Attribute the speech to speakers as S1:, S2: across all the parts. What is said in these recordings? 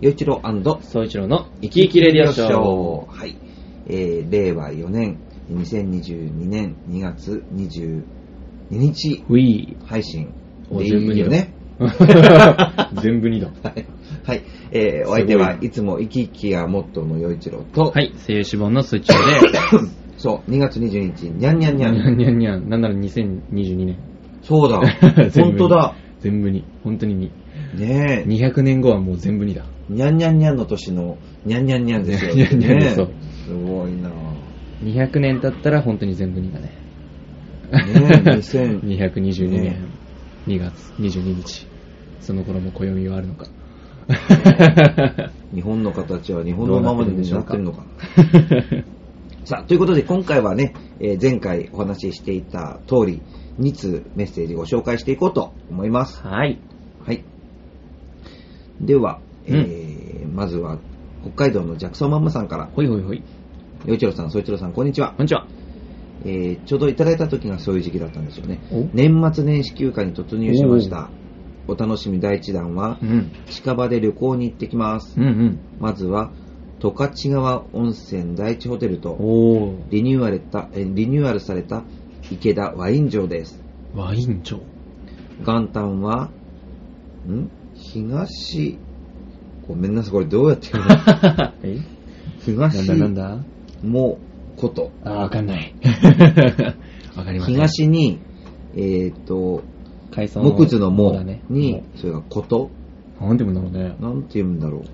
S1: 与一郎生
S2: 総一郎の生き生きレディオショー。
S1: はい。えー、令和4年、2022年2月22日
S2: ウィ
S1: 配信
S2: お
S1: でいいよね。
S2: ー。 全部2だ。
S1: はい。はい。えー、お相手はいつも生き生きやモットーの与一郎と、
S2: はい、声優志望のスーチョーで、
S1: そう、2月22日、にゃんにゃんに
S2: に
S1: ゃ
S2: ゃん
S1: ん。
S2: にゃんにゃん、なんなら2022年。。
S1: そうだ本当だ。。
S2: 全部に。本当に
S1: ね
S2: 2。200年後はもう全部にだ。
S1: え。にゃんにゃんにゃんの年の、にゃんにゃんにゃんですよ。
S2: にゃんにゃんにゃん
S1: ねえ
S2: そう
S1: すごいな
S2: 200年経ったら本当に全部にだね。
S1: ねえ2000
S2: 222
S1: ね
S2: 年2月22日。その頃も暦はあるのか。
S1: 日本の形は日本のままになってるのかな。さあ、ということで今回はね、えー前回お話ししていた通り、2通メッセージご紹介していこうと思います。
S2: はい。
S1: はい。では、え
S2: うん
S1: ーまずは、北海道のジャクソンママさんから、
S2: ほいほいほい。
S1: 洋一郎さん、総一郎さん、こんにちは。
S2: こんにちは。
S1: えーちょうどいただいた時がそういう時期だったんですよね
S2: お。
S1: 年末年始休暇に突入しました。お楽しみ第1弾は
S2: う、ん。
S1: 近場で旅行に行ってきます。
S2: うんうん。
S1: まずは、十勝川温泉第一ホテルと、
S2: おー。
S1: リニューアルたえリニューアルされた池田ワイン城です。
S2: ワイン町。
S1: 元旦は、ん東、ごめんなさい、これどうやって言うの
S2: え なん
S1: 東
S2: だなんだ
S1: もこと。
S2: あー、わかん ない。わかりません。
S1: 東に、えっ、と、
S2: 海藻
S1: 木図のも
S2: だね
S1: に、それがこと、
S2: もうなんて言うんだろうね。
S1: なんて言うんだろ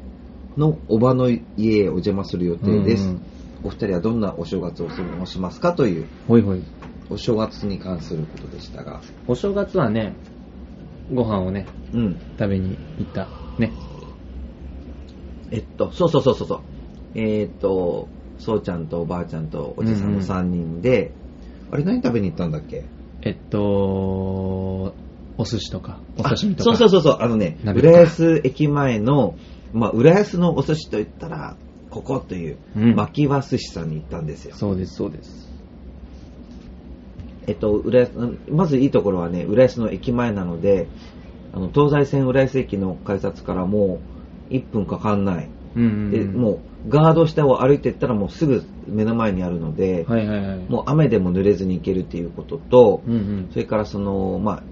S1: う、のおばの家へお邪魔する予定です。
S2: うんうん
S1: お二人はどんなお正月を過ごしますかという、
S2: ほいほい。
S1: お正月に関することでしたが、
S2: お正月はね、ご飯をね、
S1: うん。
S2: 食べに行った。ね。
S1: えっと、そうそうそうそうそう。えーっと、そうちゃんとおばあちゃんとおじさんの3人で、あれ何食べに行ったんだっけ
S2: えっと、お寿司とか、お刺身と
S1: あ
S2: か。
S1: そう
S2: う
S1: そうそうそう、あのね、
S2: 鍋とか
S1: 浦安駅前の、まあ、浦安のお寿司といったら、ここという、
S2: うん
S1: 巻きわ寿司さんに行ったんですよ。
S2: そうです、そうです。
S1: えっと、浦安、まずいいところはね、浦安の駅前なので、あの、東西線浦安駅の改札からもう1分かかんない。
S2: うんうん
S1: で、
S2: うん。
S1: もう、ガード下を歩いていったらもうすぐ目の前にあるので、
S2: はいはいはい。
S1: もう雨でも濡れずに行けるっていうことと、
S2: うんうん
S1: そ。れからその、まあ、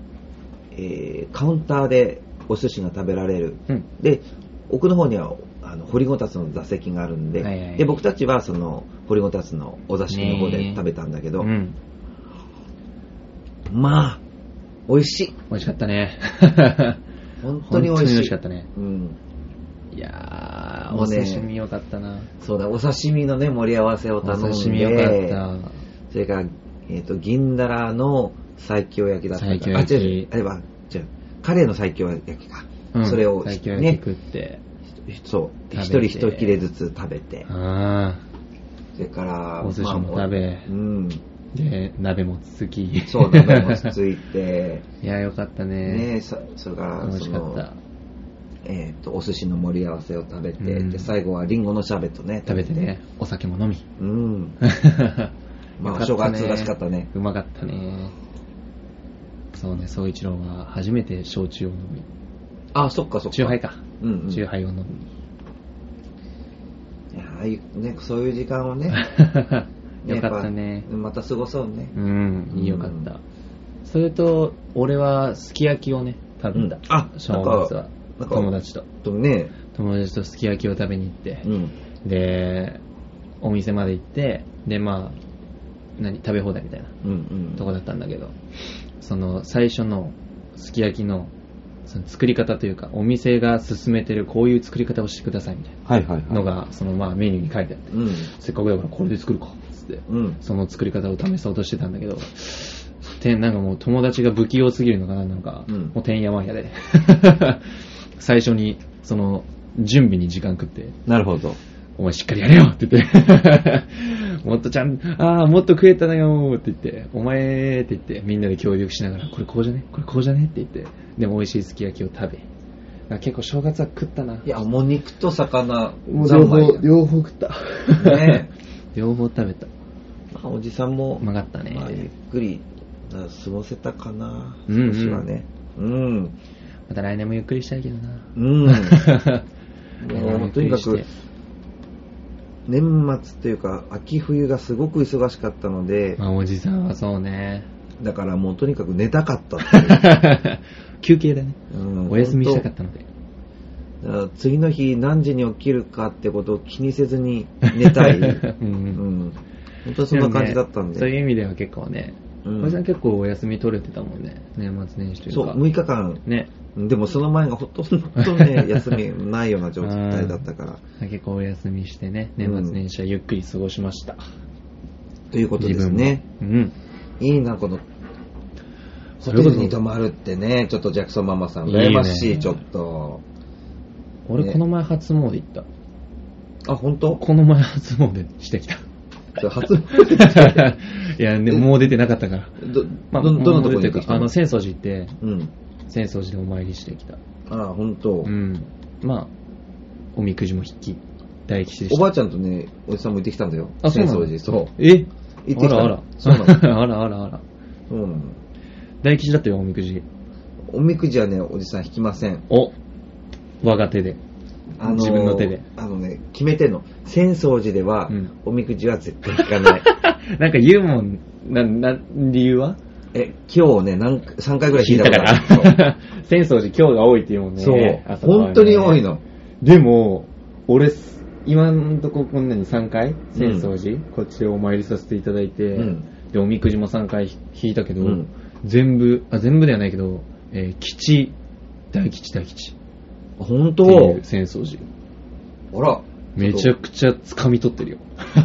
S1: えーカウンターでお寿司が食べられる。
S2: うん。
S1: で、奥の方には、あの、掘りごたつの座席があるんで、
S2: はいはい
S1: で、僕たちはその、掘りごたつのお座敷の方
S2: ね
S1: で
S2: え
S1: 食べたんだけ
S2: う
S1: ど、
S2: ん。
S1: まあ、美味しい。
S2: 美味しかった ね。
S1: 本当に美味しい。
S2: 本当に美味しかったね
S1: うん。
S2: いやー、
S1: も
S2: お
S1: うね
S2: 刺身よかったな。
S1: そうだ、お刺身のね、盛り合わせを
S2: お
S1: 頼んで、
S2: 刺身よかった。
S1: それから、えっ、と、銀だらの最強焼きだったか
S2: 西京焼き
S1: あ、違う違う、あれは、違う、カレーの最強焼きか。
S2: うん
S1: それを、
S2: 最強焼き
S1: ね、
S2: 食って。
S1: そう、一
S2: 食
S1: 人
S2: べて
S1: 一切れずつ食べて、
S2: あ
S1: それから、
S2: お寿司も食べ
S1: まあうん、
S2: ー。で、鍋もつつき。
S1: そう、鍋もつついて、
S2: いや、よかったね。
S1: ね、さそれから、
S2: 楽
S1: そ
S2: しかっ
S1: の
S2: た、。
S1: えっ、と、お寿司の盛り合わせを食べて、
S2: うん
S1: で、最後はリンゴのシャーベットね、
S2: 食べてね。、お酒も飲み。
S1: うん、 まあ
S2: よかったね
S1: お正月らしかったね
S2: うまかったね。そうね、総一郎は初めて焼酎を飲み。
S1: あ、そっかそっか。
S2: 酎ハイか。
S1: うん、うん。
S2: 酎ハイを飲み。
S1: いやああいうね、そういう時間をね、
S2: よかったね
S1: やぱ。また過ごそうね。
S2: うん、いいよかった。それと、俺はすき焼きをね、食べた
S1: うん。あ
S2: 正月は
S1: な。んか
S2: 友達と。
S1: とね、
S2: 友達とすき焼きを食べに行って
S1: う、ん。
S2: で、お店まで行って、で、まあ、何、食べ放題みたいな
S1: うんうん。
S2: とこだったんだけど、その、最初のすき焼きの、その作り方というか、お店が勧めてるこういう作り方をしてくださいみたい
S1: はいはい
S2: なのが、そのまあメニューに書いてあって、
S1: うん。
S2: せっかくだからこれで作るか、つって。
S1: うん。
S2: その作り方を試そうとしてたんだけど、てなんかもう友達が不器用すぎるのかな、なんか、
S1: うん
S2: もうてんやわんやで。 最初に、その、準備に時間食って、
S1: なるほど。
S2: お前しっかりやれよって言って、 もっとちゃん、ああ、もっと食えたなよって言って、お前って言って、みんなで協力しながら、これこうじゃねこれこうじゃねって言って、でも美味しいすき焼きを食べ。なんか結構正月は食ったな。
S1: いや、もう肉と魚、
S2: もう
S1: 三
S2: 両
S1: 昧
S2: 方
S1: だ、
S2: 両方食った。
S1: ね
S2: 両方食べた。
S1: まあおじさんも、
S2: うまかったね。
S1: まあゆっくりあ過ごせたかな、
S2: うんうん
S1: 少しはね。うん。
S2: また来年もゆっくりしたいけどな。
S1: うん。も うとにかく、年末というか、秋冬がすごく忙しかったので、
S2: まあ、おじさんはそ うね。
S1: だからもうとにかく寝たかったって いう
S2: 休憩だね。
S1: うん
S2: お休みしたかったので。
S1: だから次の日何時に起きるかってことを気にせず に寝たい。うん
S2: うんうん
S1: 本当にそんな感じだったんで。
S2: もねそういう意味では結構ね、
S1: うん
S2: おじさん結構お休み取れてたもんね。年末年始という
S1: そう
S2: か。
S1: 6日間。
S2: ね。
S1: でもその前がほとんどね、休みないような状態だったから。
S2: 結構お休みしてね、年末年始はゆっくり過ごしました。
S1: ということですね。
S2: 自分も。うん。
S1: いいな、この、ホ
S2: そ
S1: テ
S2: れこ
S1: ル
S2: そ
S1: に泊まるってね、ちょっとジャクソンママさん、
S2: いいね
S1: 羨ましい、ちょっと。
S2: 俺
S1: ね
S2: この前初詣行った。
S1: あ、本当
S2: この前初詣して きた。
S1: ちょ 初、
S2: いや、でももう出てなかったから。
S1: ど、ど、どのとこに行ってきた
S2: あ
S1: の
S2: の、浅草寺行って、
S1: うん。
S2: 浅草寺でお参りしてきた。
S1: あ、本当
S2: う。ん。まあ、おみくじも引き、大吉でし
S1: お
S2: た。
S1: ばあちゃんとね、おじさんも行ってきたんだよ。
S2: あそうなの
S1: 浅草寺そう。
S2: え
S1: 行ってきたの
S2: あらあら。
S1: そうな
S2: あらあらあら。
S1: うん。
S2: 大吉だったよ、おみくじ。
S1: おみくじはね、おじさん引きません。
S2: お我が手で。
S1: あのー
S2: 自分の手で。
S1: あのね、決めてんの。浅草寺では、
S2: うん
S1: おみくじは絶対引か ない。
S2: なんか言うもん、な、な、理由は
S1: え、今日ね、何回、3回ぐらい
S2: 聞
S1: 引
S2: い
S1: いた
S2: た
S1: こ
S2: か
S1: とあ
S2: ら
S1: る。
S2: 浅草寺今日が多いっていうもんね。
S1: そう。そ
S2: 朝
S1: う
S2: 晩ね
S1: 本当に多い。の。
S2: でも、俺、今んとここんなに3回、浅草寺、こっちでお参りさせていただいて、
S1: うん
S2: で、おみくじも3回引いたけど、
S1: うん
S2: 全部、あ、全部ではないけど、えー吉、大吉大吉っ
S1: 本
S2: て
S1: 当
S2: いう浅草寺。
S1: あら。
S2: めちゃくちゃ掴み取って るよ。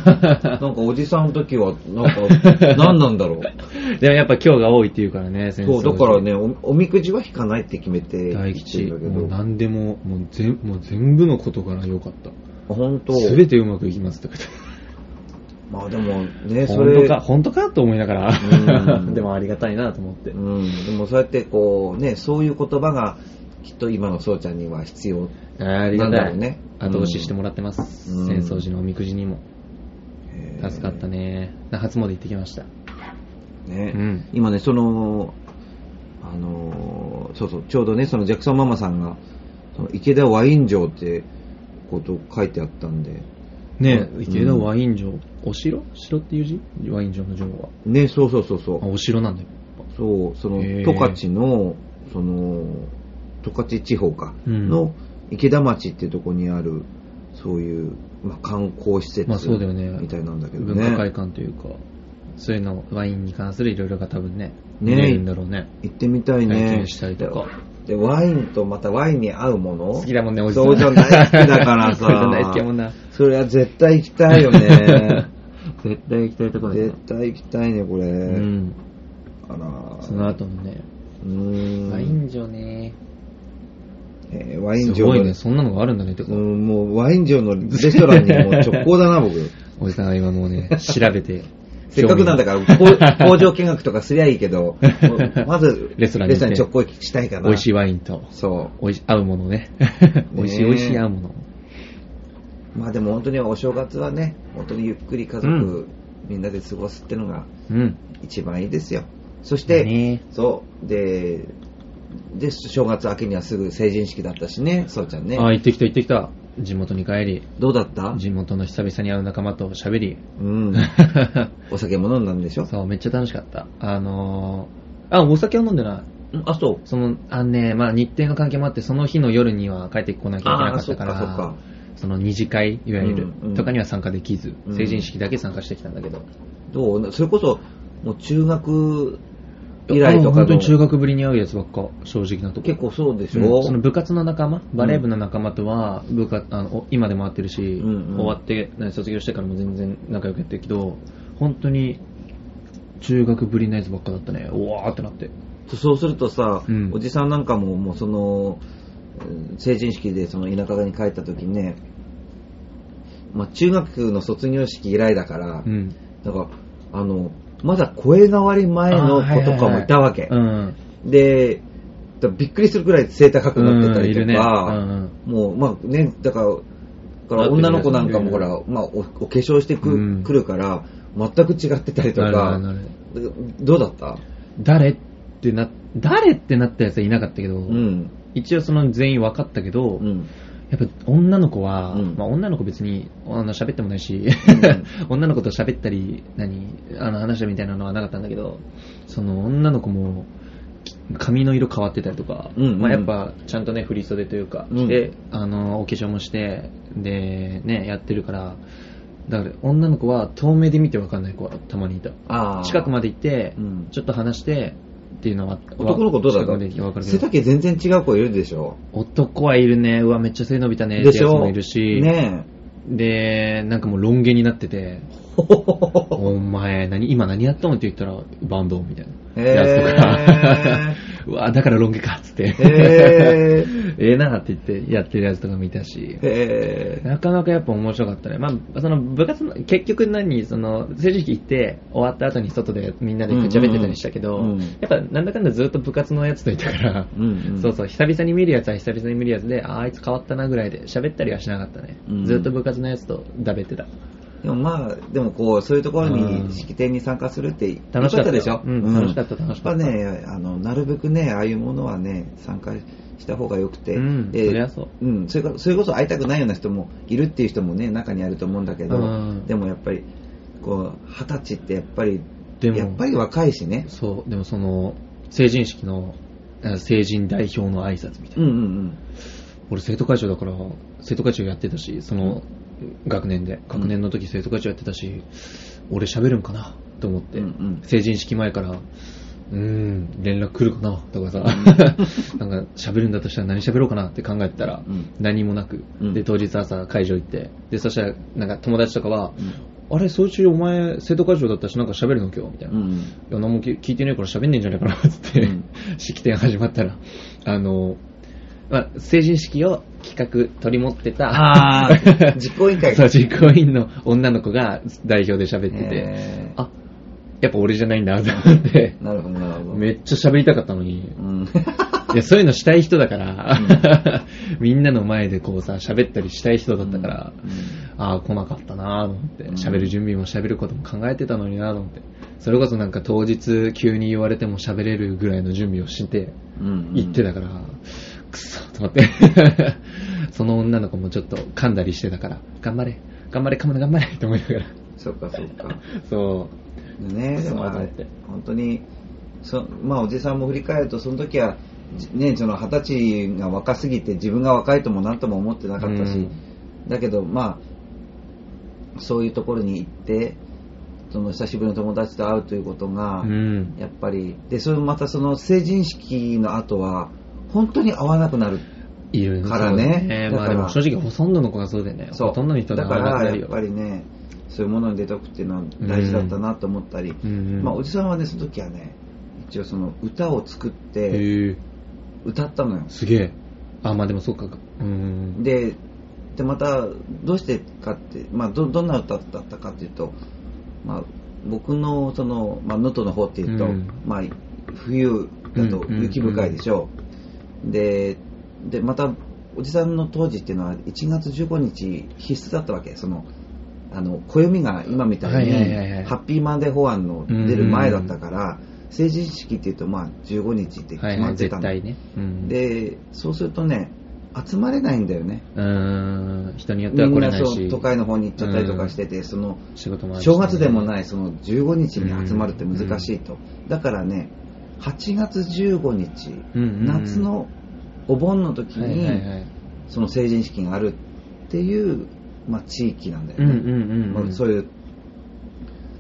S1: なんかおじさんの時は、なん か、何なんだろう。
S2: でもやっぱ今日が多いっていうからね、浅
S1: そ
S2: 草
S1: う、
S2: 寺。
S1: だからね、おおみくじは引かないって決めて、
S2: 大吉、
S1: だけ
S2: もう
S1: ど、
S2: 何でも、もう全もう全部のことから良かった。
S1: 本当。
S2: すべてうまくいきますってこと。
S1: まあでもね、そ
S2: 本
S1: れ、
S2: 当か、本当かと思いなが
S1: う
S2: ら
S1: ん。
S2: でもありがたいなと思って
S1: う。ん、でもそうやってこう、ね、そういう言葉が、きっと今のそうちゃんには必要。
S2: あり
S1: な
S2: が
S1: んだ
S2: た
S1: ろう
S2: い。
S1: ね
S2: 後押ししてもらってます。
S1: うん
S2: 浅草寺のおみくじにも。助かったね。初詣行ってきました。
S1: ね、
S2: うん
S1: 今ね、その、あのー、そうそう、ちょうどね、そのジャクソンママさんが、その池田ワイン城ってこと書いてあったんで、
S2: ね
S1: うん
S2: 池田ワイン城。お城城っていう字ワイン城の城は。
S1: ね、そうそうそうそ
S2: あ、
S1: う、
S2: お城なんだよ。
S1: そう、その
S2: へー
S1: 十勝の、その、十勝地方か、
S2: うん
S1: の池田町ってとこにある、そういう、まあ、観光施設
S2: まあそうだよね
S1: みたいなんだけど
S2: 文
S1: ね
S2: 化会館というか、そういうの、ワインに関するいろいろが多分ね、
S1: ね
S2: 見れるんだろうね。
S1: 行ってみたいね。
S2: 体験したりとか
S1: で、ワインとまたワインに合うもの
S2: 好きだもんね、おじさん。
S1: そうじゃん大好きだから さ。
S2: おじさん大好きやもんな。
S1: それは絶対行きた いよね。
S2: 絶対行きたいとこ
S1: 絶対行きたいね、これ。
S2: うん。
S1: あら。
S2: その後のね、
S1: うーん。
S2: ワイン城ね。
S1: えーワイン
S2: す
S1: 城の
S2: ごいね、そんなのがあるんだね、てか
S1: う。ん、もうワイン城のレストランにもう直行だな、 僕。
S2: おじさんは今もうね、調べて。
S1: せっかくなんだ から、こう工場見学とかすりゃいいけど、もうまず、
S2: レストランに行って
S1: に直行したいかな。
S2: 美味しいワインと、
S1: そ
S2: おいし合うものね。美味しい美味しい合うもの。
S1: う。まあでも本当にお正月はね、本当にゆっくり家族、
S2: うん
S1: みんなで過ごすってのが
S2: うん。
S1: 一番いいですよ。そし
S2: だ
S1: て、
S2: ね
S1: そう、で、で、正月明けにはすぐ成人式だったしね、そうちゃんね。
S2: あ、行ってきた行ってきた。地元に帰り、
S1: どうだった
S2: 地元の久々に会う仲間と 喋り。
S1: うん。お酒も飲んだんでしょ
S2: そう、めっちゃ楽しかった。あのー、あ、お酒は飲んでな
S1: う
S2: い。
S1: んあ、そう。
S2: その、あのね、まあ日程の関係もあって、その日の夜には帰ってこなきゃいけな
S1: あ
S2: か
S1: あ、
S2: っ
S1: そ
S2: た
S1: っ
S2: か
S1: かそっ
S2: ら、
S1: か。
S2: その二次会、いわゆる、
S1: うんうん
S2: とかには参加できず、
S1: うん
S2: 成人式だけ参加してきたんだけど。
S1: どうそれこそ、もう中学以来と
S2: あ
S1: か
S2: 本
S1: の
S2: 当に中学ぶりに会うやつばっか、正直なとこ。
S1: 結構そうでし
S2: う
S1: ょ、
S2: んその部活の仲間、バレー部の仲間とは部活あのお今でも会ってるし、
S1: んうん
S2: 終わって、ね卒業してからも全然仲良くやってるけど、本当に中学ぶりのやつばっかだったね、うわーってなって。
S1: そうするとさ、
S2: うん
S1: おじさんなんかも、もうその、うん成人式でその田舎に帰った時にね、まあ中学の卒業式以来だから、
S2: うん、
S1: だから、あの、まだ声変わり前の
S2: あー
S1: 子とかもいたわけ。
S2: はいはいはい
S1: で、だびっくりするくらい背高く
S2: うん、
S1: なってた
S2: うん
S1: り
S2: いる
S1: と
S2: ね。う
S1: か、
S2: ん
S1: もう、まあね、だから、だから女の子なんかもほら、まあお、お化粧してく,、
S2: うん
S1: るから、全く違ってたりと
S2: なるほど
S1: か、
S2: なるほど
S1: どうだった
S2: 誰ってな、誰ってなったやつはいなかったけど、
S1: うん。
S2: 一応その全員分かったけど、
S1: うん。
S2: いやっぱ女の子は、
S1: うん
S2: まあ女の子別にあの喋ってもないし、 女の子と喋ったり、何、あの話したみたいなのはなかったんだけど、その女の子もき髪の色変わってたりとか、
S1: うんうん
S2: まあやっぱちゃんとね、振り袖というか、
S1: うん
S2: して、あの、お化粧もして、で、ね、やってるから、だから女の子は遠目で見てわかんない子はたまにいた。
S1: ああ。
S2: 近くまで行って、
S1: うん
S2: ちょっと話してっていうのは
S1: 男の子どうだ
S2: 近く
S1: ろ
S2: まで行けばわか
S1: う
S2: るけ
S1: 背
S2: ど
S1: 丈全然違う子いるでしょ
S2: 男はいるねうわめっちゃ背伸びたねって
S1: で
S2: や
S1: し
S2: つ
S1: ょ
S2: もいるし、
S1: ね
S2: でなんかもうロン毛になって て
S1: え。ほほほほほ。
S2: お前何今何やったのって言ったらバンドみたいなや
S1: へ
S2: つとか うわだからロン毛かっつって
S1: え。へ
S2: ええなって言ってやってるやつとか見たし
S1: え。へえ。
S2: なかなかやっぱ面白かったね。まあ、その部活の、結局何、その、成人式行って、終わった後に外でみんなでくちゃべってたりしたけど、
S1: うんうんうん
S2: やっぱなんだかんだずっと部活のやつといたから、
S1: うんうん
S2: そうそう、久々に見るやつは久々に見るやつで、ああ、あいつ変わったなぐらいで、喋ったりはしなかったね。
S1: うん
S2: ずっと部活のやつとだべってた。
S1: でもまあ、でもこう、そういうところ
S2: うん
S1: に、式典に参加するって、
S2: 楽しかったよ
S1: 良でしょ
S2: うん楽しかった楽しかった
S1: やっぱね、あの、なるべくね、ああいうものはね、参加した方が良くて、
S2: うん
S1: で
S2: そりゃそう。
S1: うん、それこそれこそ会いたくないような人もいるっていう人もね、中にあると思うんだけど、
S2: うん
S1: でもやっぱり、こう、二十歳ってやっぱり、
S2: でも
S1: やっぱり若いしね。
S2: そう、でもその、成人式の、あ成人代表の挨拶みたいな。
S1: うんうん
S2: 俺生徒会長だから生徒会長やってたしその学年で学年の時生徒会長やってたし、俺喋るんかなと思って、
S1: うんうん
S2: 成人式前からうーん連絡来るか なとかさ、なんか喋るんだとしたら何喋ろうかなって考えてたら、
S1: うん
S2: 何もなく、
S1: うん
S2: で当日朝会場行ってでそしたらなんか友達とかは、
S1: う
S2: あれ総中お前生徒会長だったしなんか喋るの今日みたいな、
S1: うん。うん
S2: いや、何もき聞いてないから喋んねえんじゃない かなっつって、
S1: うん
S2: 式典始まったら、あの、まあ、成人式を企画取り持ってた、
S1: あ ー実行委員会
S2: そう、実行委員の女の子が代表で喋ってて、
S1: へー
S2: あ、やっぱ俺じゃないんだと思って、
S1: なるほど、なるほど。
S2: めっちゃ喋りたかったのに、
S1: うん。
S2: いや、そういうのしたい人だから、 みんなの前でこうさ、喋ったりしたい人だったから、
S1: うん
S2: ああ、来なかったなぁと思って、
S1: うん
S2: 喋る準備も喋ることも考えてたのになぁと思って、それこそなんか当日急に言われても喋れるぐらいの準備をして、
S1: うんうん
S2: 行ってたから、くそと思って、 その女の子もちょっと噛んだりしてたから、頑張れ、頑張れ、噛むな、頑張れって思いながら、
S1: そっか、そっか。
S2: そ
S1: ね
S2: そう
S1: でもあ
S2: だっ
S1: れ
S2: て
S1: 本当にそ、まあ、おじさんも振り返るとその時はじねその二十歳が若すぎて自分が若いとも何とも思ってなかったし、
S2: うん
S1: だけどまあそういうところに行ってその久しぶりの友達と会うということが、
S2: う、うん、
S1: やっぱりでそれまたその成人式の後は本当に会わなくなる
S2: いる
S1: から
S2: そう
S1: ねだか
S2: まあ
S1: ら
S2: でも正直ほとんどの子がそうでね、
S1: そう
S2: ほとんどの人が
S1: だか
S2: 合わなく
S1: ら
S2: な
S1: や
S2: る
S1: っ
S2: よ
S1: ぱりねそういうものに出とくっていうのは大事だったなと思ったり、
S2: うんうん
S1: まあ、おじさんはねその時はね一応その歌を作っ
S2: へ
S1: て
S2: ぇ、
S1: 歌ったのよ
S2: すげえ。あ、まあでもそうか、うん、
S1: ででまたどうしてかって、まあ、どどんな歌だったかっていうと、まあ、僕のそのまあ能登、の方っていうと、
S2: うん
S1: まあ、冬だと雪深いでしょ、ででまたおじさんの当時っていうのは1月15日必須だったわけそのあの暦が今みたいに
S2: はいはいはいはい
S1: ハッピーマンデー法案の出る前だったから成人式っていうとまあ15日って
S2: は
S1: 決
S2: い
S1: ま
S2: は
S1: っ
S2: い、
S1: てた
S2: 絶
S1: の、
S2: 対ね。うん
S1: でそうするとね集まれないんだよね
S2: うーん、人によっ
S1: み
S2: ては来
S1: ん
S2: れ
S1: な
S2: ない
S1: そ
S2: し
S1: う、都会の方に行っちゃったりとかしてて、その
S2: 仕事もあるしね
S1: 正月でもないその15日に集まるって難しいと、だからね8月15日、
S2: うんうん
S1: 夏のお盆の時
S2: はい
S1: に、
S2: はいはい
S1: その成人式があるっていう、まあ、地域なんだよ
S2: うん
S1: ね、
S2: うんうん
S1: まあそういう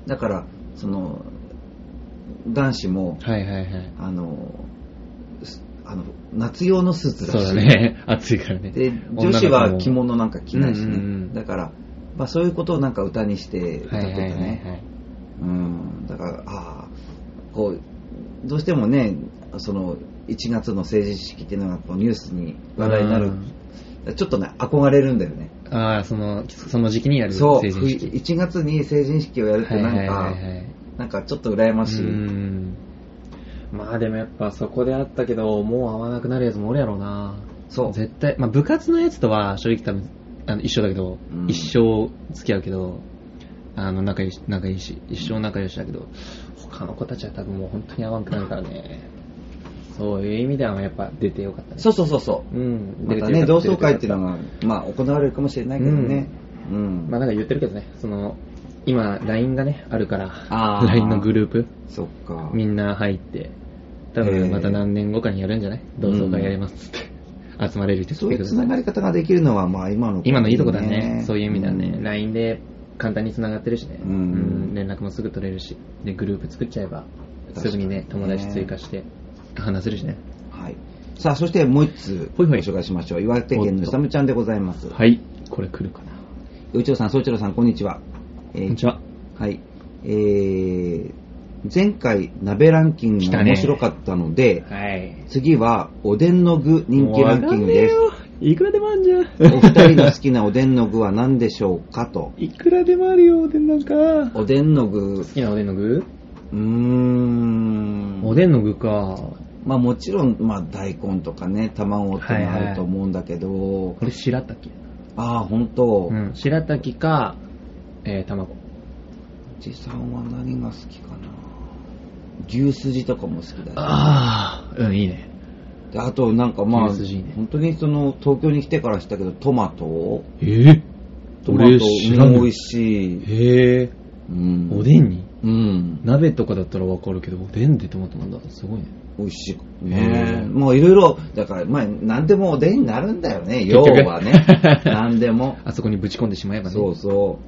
S1: だからその男子も
S2: はいはいはい。
S1: あのすあの夏用のスーツだし
S2: そうだね、 暑いからね。
S1: で女子は着物なんか着ないしね、
S2: うんうんうん
S1: だから、まあ、そういうことをなんか歌にして歌
S2: は
S1: っ
S2: い
S1: て
S2: はい
S1: た
S2: はい
S1: ね、
S2: はい。
S1: うんだからああこうどうしてもねその1月の成人式っていうのがこうニュースに話題になる、ちょっとね憧れるんだよね
S2: ああ、その、その時期にやる
S1: そう
S2: 成人式。
S1: 1月に成人式をやるってなんか、
S2: はいはいはいはい
S1: なんかちょっと羨ましい、
S2: うんまあでもやっぱそこであったけど、もう会わなくなるやつもおるやろうな。
S1: そう
S2: 絶対、まあ部活のやつとは正直多分、あの一緒だけど、
S1: うん
S2: 一生付き合うけど、あの仲良し、仲良いし、一生仲良しだけど、他の子たちは多分もう本当に会わんくなるからね。そういう意味ではやっぱ出てよかったね。
S1: そうそうそうそうう。
S2: ん。
S1: またね、同窓会っていう
S2: は。
S1: のが、まあ、行われるかもしれないけどね。うん。
S2: まあなんか言ってるけどね、その、今、LINE がね、あるから、
S1: あー
S2: LINE のグループ、
S1: そっか。
S2: みんな入って、多
S1: へ
S2: 分
S1: ー
S2: また何年後かにやるんじゃない同窓会やりますっつって、 集まれる人
S1: そ
S2: 来
S1: うい
S2: て
S1: う
S2: くだ
S1: つ
S2: さ。
S1: ないがり方ができるのは、まあ、今の、
S2: 今のいいとこだね。そういう意味ではね、LINE で簡単に繋がってるしね、
S1: うん
S2: うん連絡もすぐ取れるし、で、グループ作っちゃえば、すぐにね、
S1: 確かに
S2: 友
S1: ね
S2: 達追加して、話せるしね。
S1: はい。さあ、そしてもう一つご
S2: ほいほい
S1: 紹介しましょう。岩手県のサムちゃんでございます。い。
S2: はい。これ来るかな。
S1: 宇宙さん、総一郎さん、こんにちは。えー
S2: こんにちは。
S1: はい。えー、前回鍋ランキングが面白かったので、
S2: はい。
S1: 次はおでんの具人気ランキングです。
S2: もうわかんねえよいくらでもあんじゃん。
S1: お二人の好きなおでんの具は何でしょうかと。
S2: いくらでもあるよ、おでんなんか。好
S1: おでんの具、う
S2: きなおでんの具
S1: ーん。
S2: おでんの具か。
S1: まあもちろん、まあ大根とかね、卵ってのはあると思うんだけど、
S2: これ、白滝。
S1: ああ、本当。
S2: うん。白滝か、えー、卵。
S1: おじさんは何が好きかな牛すじとかも好きだし
S2: ああ、うん、いいね。
S1: であとなんかまあ
S2: 牛すじいいね
S1: 本当にその東京に来てから知ったけどトマト
S2: えぇ、
S1: トマトも美味
S2: い。
S1: しい、
S2: へえ。
S1: うん、
S2: おでんに
S1: うん
S2: 鍋とかだったらわかるけど、おでんでトマトなんだ。すごいね。
S1: 美味しい
S2: へ
S1: ね
S2: え
S1: もういろいろだからまあ何でもおでんになるんだよね
S2: 結
S1: 要
S2: 局
S1: は ね何でも
S2: あそこにぶち込んでしまえばね。
S1: そうそ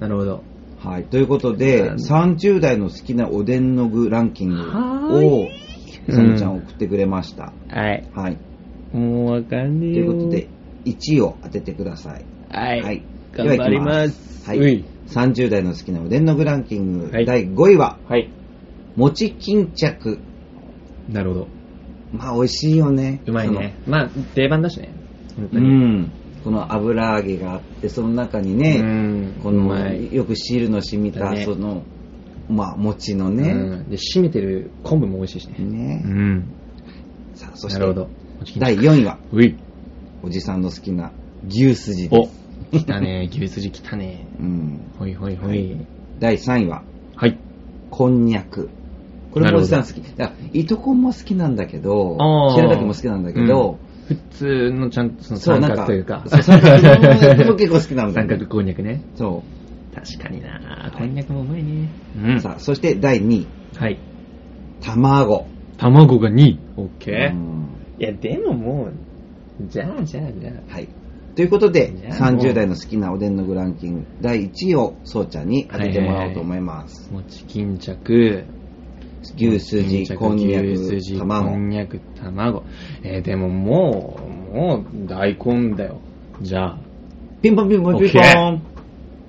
S2: なるほど。
S1: うはいということで
S2: うん
S1: 30代の好きなおでんの具ランキング
S2: は
S1: を
S2: い
S1: さみちゃん送ってくれました、
S2: はい。
S1: はい
S2: もうわかんね
S1: と
S2: え
S1: い
S2: よ。
S1: うことで、1位を当ててください。
S2: はい。
S1: はい
S2: 頑張ります。
S1: では
S2: う
S1: い
S2: い
S1: きます。はい。30代の好きなおでんの具ランキング、
S2: はい
S1: 第5位は、
S2: はい。
S1: 餅巾着。
S2: なるほど。
S1: まあ、美味しいよね。
S2: うまいね。まあ、定番だしね。本
S1: そ
S2: 当
S1: の。う
S2: に。
S1: ん。この油揚げがあって、その中にね、
S2: ん
S1: こ
S2: う
S1: の
S2: ま、い。
S1: よく汁の染み
S2: だ
S1: た、
S2: ね
S1: その、まあ、餅のね。
S2: うんで、締めてる昆布も美味しいしね。
S1: ね。
S2: ん。
S1: さあ、そし
S2: なるほ
S1: て、
S2: ど。
S1: 第4位は、
S2: うい。
S1: おじさんの好きな牛すじで
S2: お
S1: す。、
S2: 来た ね。牛すじ来たね。
S1: うん。
S2: ほいほいほい。
S1: 第3位は、
S2: はい。
S1: こんにゃく。これもおじさん好き。だからいとこも好きなんだけど
S2: あー、
S1: 白滝も好きなんだけど、
S2: 普通のちゃんとその三角というか。
S1: そう三角も結構好きなんだ
S2: 三
S1: よ
S2: 角
S1: ね。
S2: こんにゃくね。
S1: そ
S2: 確かになこんにゃくもうまいね。う
S1: う。
S2: ん。
S1: さあ、そして第2位、
S2: はい。
S1: 卵。
S2: 卵が2。オッケ
S1: う
S2: ー。
S1: ん
S2: いや、でももう、じゃあじゃあじゃあ。
S1: はい。ということで、
S2: いやもう
S1: 30代の好きなおでんの具ランキング、第1位をそうちゃんに当ててもらおうと思います。
S2: 餅巾着、
S1: 牛すじ、こんにゃ
S2: 牛すじ
S1: く、
S2: こん
S1: 卵。
S2: にゃく、卵。えー、でももう、もう、大根だよ。じゃあ、
S1: ピンポンピンポンピンポ
S2: オ
S1: ーン。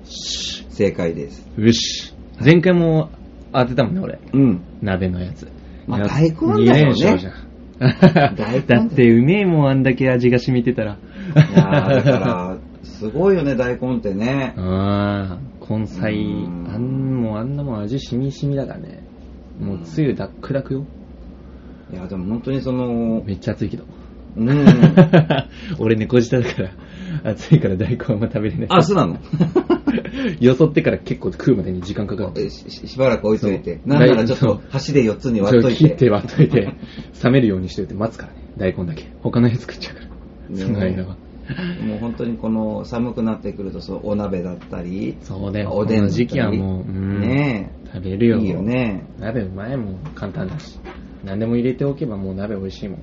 S2: し
S1: 正解です。
S2: よし。前回も当てたもんね、俺。
S1: うん。
S2: 鍋のやつ。
S1: まあ
S2: いや
S1: 大根だよね
S2: 二連勝じゃんだ
S1: 根だ
S2: ってうめえもん、あんだけ味が染みてたら。
S1: いやーだから、すごいよね、大根ってね。
S2: ああ、根菜、あ
S1: うん
S2: ん、もうあんなもん味しみしみだからね。もうつゆダックダクよ。
S1: いや、でも本当にその、
S2: めっちゃ暑いけど。
S1: うん。
S2: 俺猫舌だから、暑いから大根あんま食べれない。
S1: あ、そうなの
S2: よそってから結構食うまでに時間かかる。
S1: えしししばらく置いといて。
S2: そう
S1: なんならちょっ
S2: そ
S1: と
S2: う
S1: 箸で4つに
S2: そ
S1: 割っ
S2: れを
S1: とい
S2: 切って
S1: て。
S2: 割っといて、冷めるようにしておいて待つからね。大根だけ。他のやつ食っちゃうから。
S1: え
S2: その間は。
S1: もう本当にこの寒くなってくるとそうお鍋だったり、
S2: そうだよ。
S1: おでんだったり
S2: この時期はもう、うん
S1: ね
S2: 食べ
S1: え、
S2: るよ。
S1: いいよね。
S2: 鍋うまいもん。簡単だし。何でも入れておけばもう鍋美味しいもん。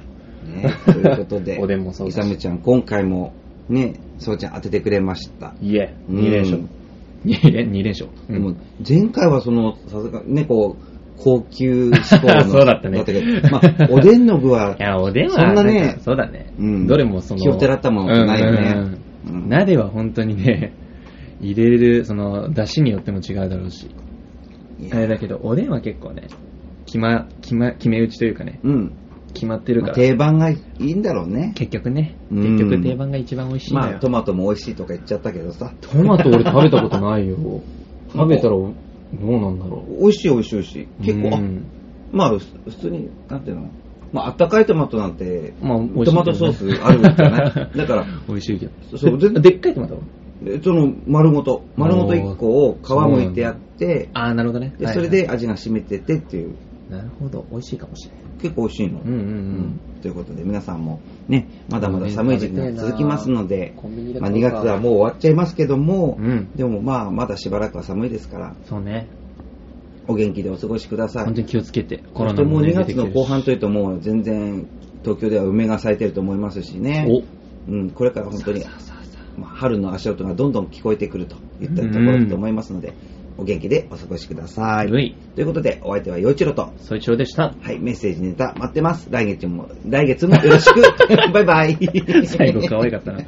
S1: ねということで、
S2: おでんもそう
S1: い
S2: だし
S1: さむちゃん、今回もね、そうちゃん当ててくれました。
S2: いえ、
S1: うん
S2: 2連勝。2連、二連勝。う
S1: で
S2: ん
S1: も前回はその、さすがね、こう、高級志向の。
S2: そうだったね、
S1: けど、まあ、おでんの具はい
S2: や、おでんは
S1: そんなね
S2: かそうだね。
S1: うん
S2: どれもその。
S1: 気をてらったものってないよね
S2: うんうんうん
S1: うん
S2: 鍋は本当にね、入れる、その、出汁によっても違うだろうし。
S1: い
S2: あ
S1: や
S2: れだけど、おでんは結構ね、決ま、決ま、決め打ちというかね、
S1: うん。
S2: 決まってるか
S1: まあ
S2: ら。
S1: 定番がいいんだろうね。
S2: 結局ね、
S1: うん
S2: 結局定番が一番美味しいの
S1: ま
S2: よ
S1: あ、。トマトも美味しいとか言っちゃったけどさ。
S2: トマト俺食べたことな いよ。食べたら、どうなんだろ
S1: 美味しい美味しい美味しい。
S2: う。
S1: 結構、あ
S2: うん
S1: まあ、ふ普通に、なんていうのまあ、あったかいトマトなんて、
S2: まあ、美
S1: ト
S2: 味しいけどね
S1: マトソースあるじゃ ないだから、
S2: 美味しいけど。
S1: そう
S2: で
S1: 全然
S2: でっかいトマト
S1: えその、丸ごと、丸ごと1個を皮むいてやって、
S2: ああ、なるほどね。
S1: でそれで味が染みててっていう。
S2: うなるほど。美味しいかもしれない。
S1: 結構美味しいの。
S2: うんうんうん
S1: ということで、皆さんもね、まだまだ寒い時期が続きますので、
S2: コンビニで
S1: まあ、
S2: 買
S1: 2
S2: うか
S1: 月はもう終わっちゃいますけども、
S2: うん
S1: でもまあ、まだしばらくは寒いですから、
S2: そうね。
S1: お元気でお過ごしください。
S2: 本当に気をつけて。コ
S1: そし
S2: ロナ
S1: てもう2
S2: 出て
S1: 月
S2: きて
S1: の
S2: るし
S1: 後半というともう全然東京では梅が咲いてると思いますしね。
S2: お
S1: うん、これから本当に
S2: さあさあさ
S1: まあ春の足音がどんどん聞こえてくるといったところだと思いますので、お元気でお過ごしくだ
S2: あ
S1: さい。
S2: はい。
S1: ということで、お相手は陽一郎と、
S2: そいちょう でした。
S1: はい、メッセージネタ待っ てます。来月も、来月もよろしく。バイバイ。
S2: 最後可愛かったな。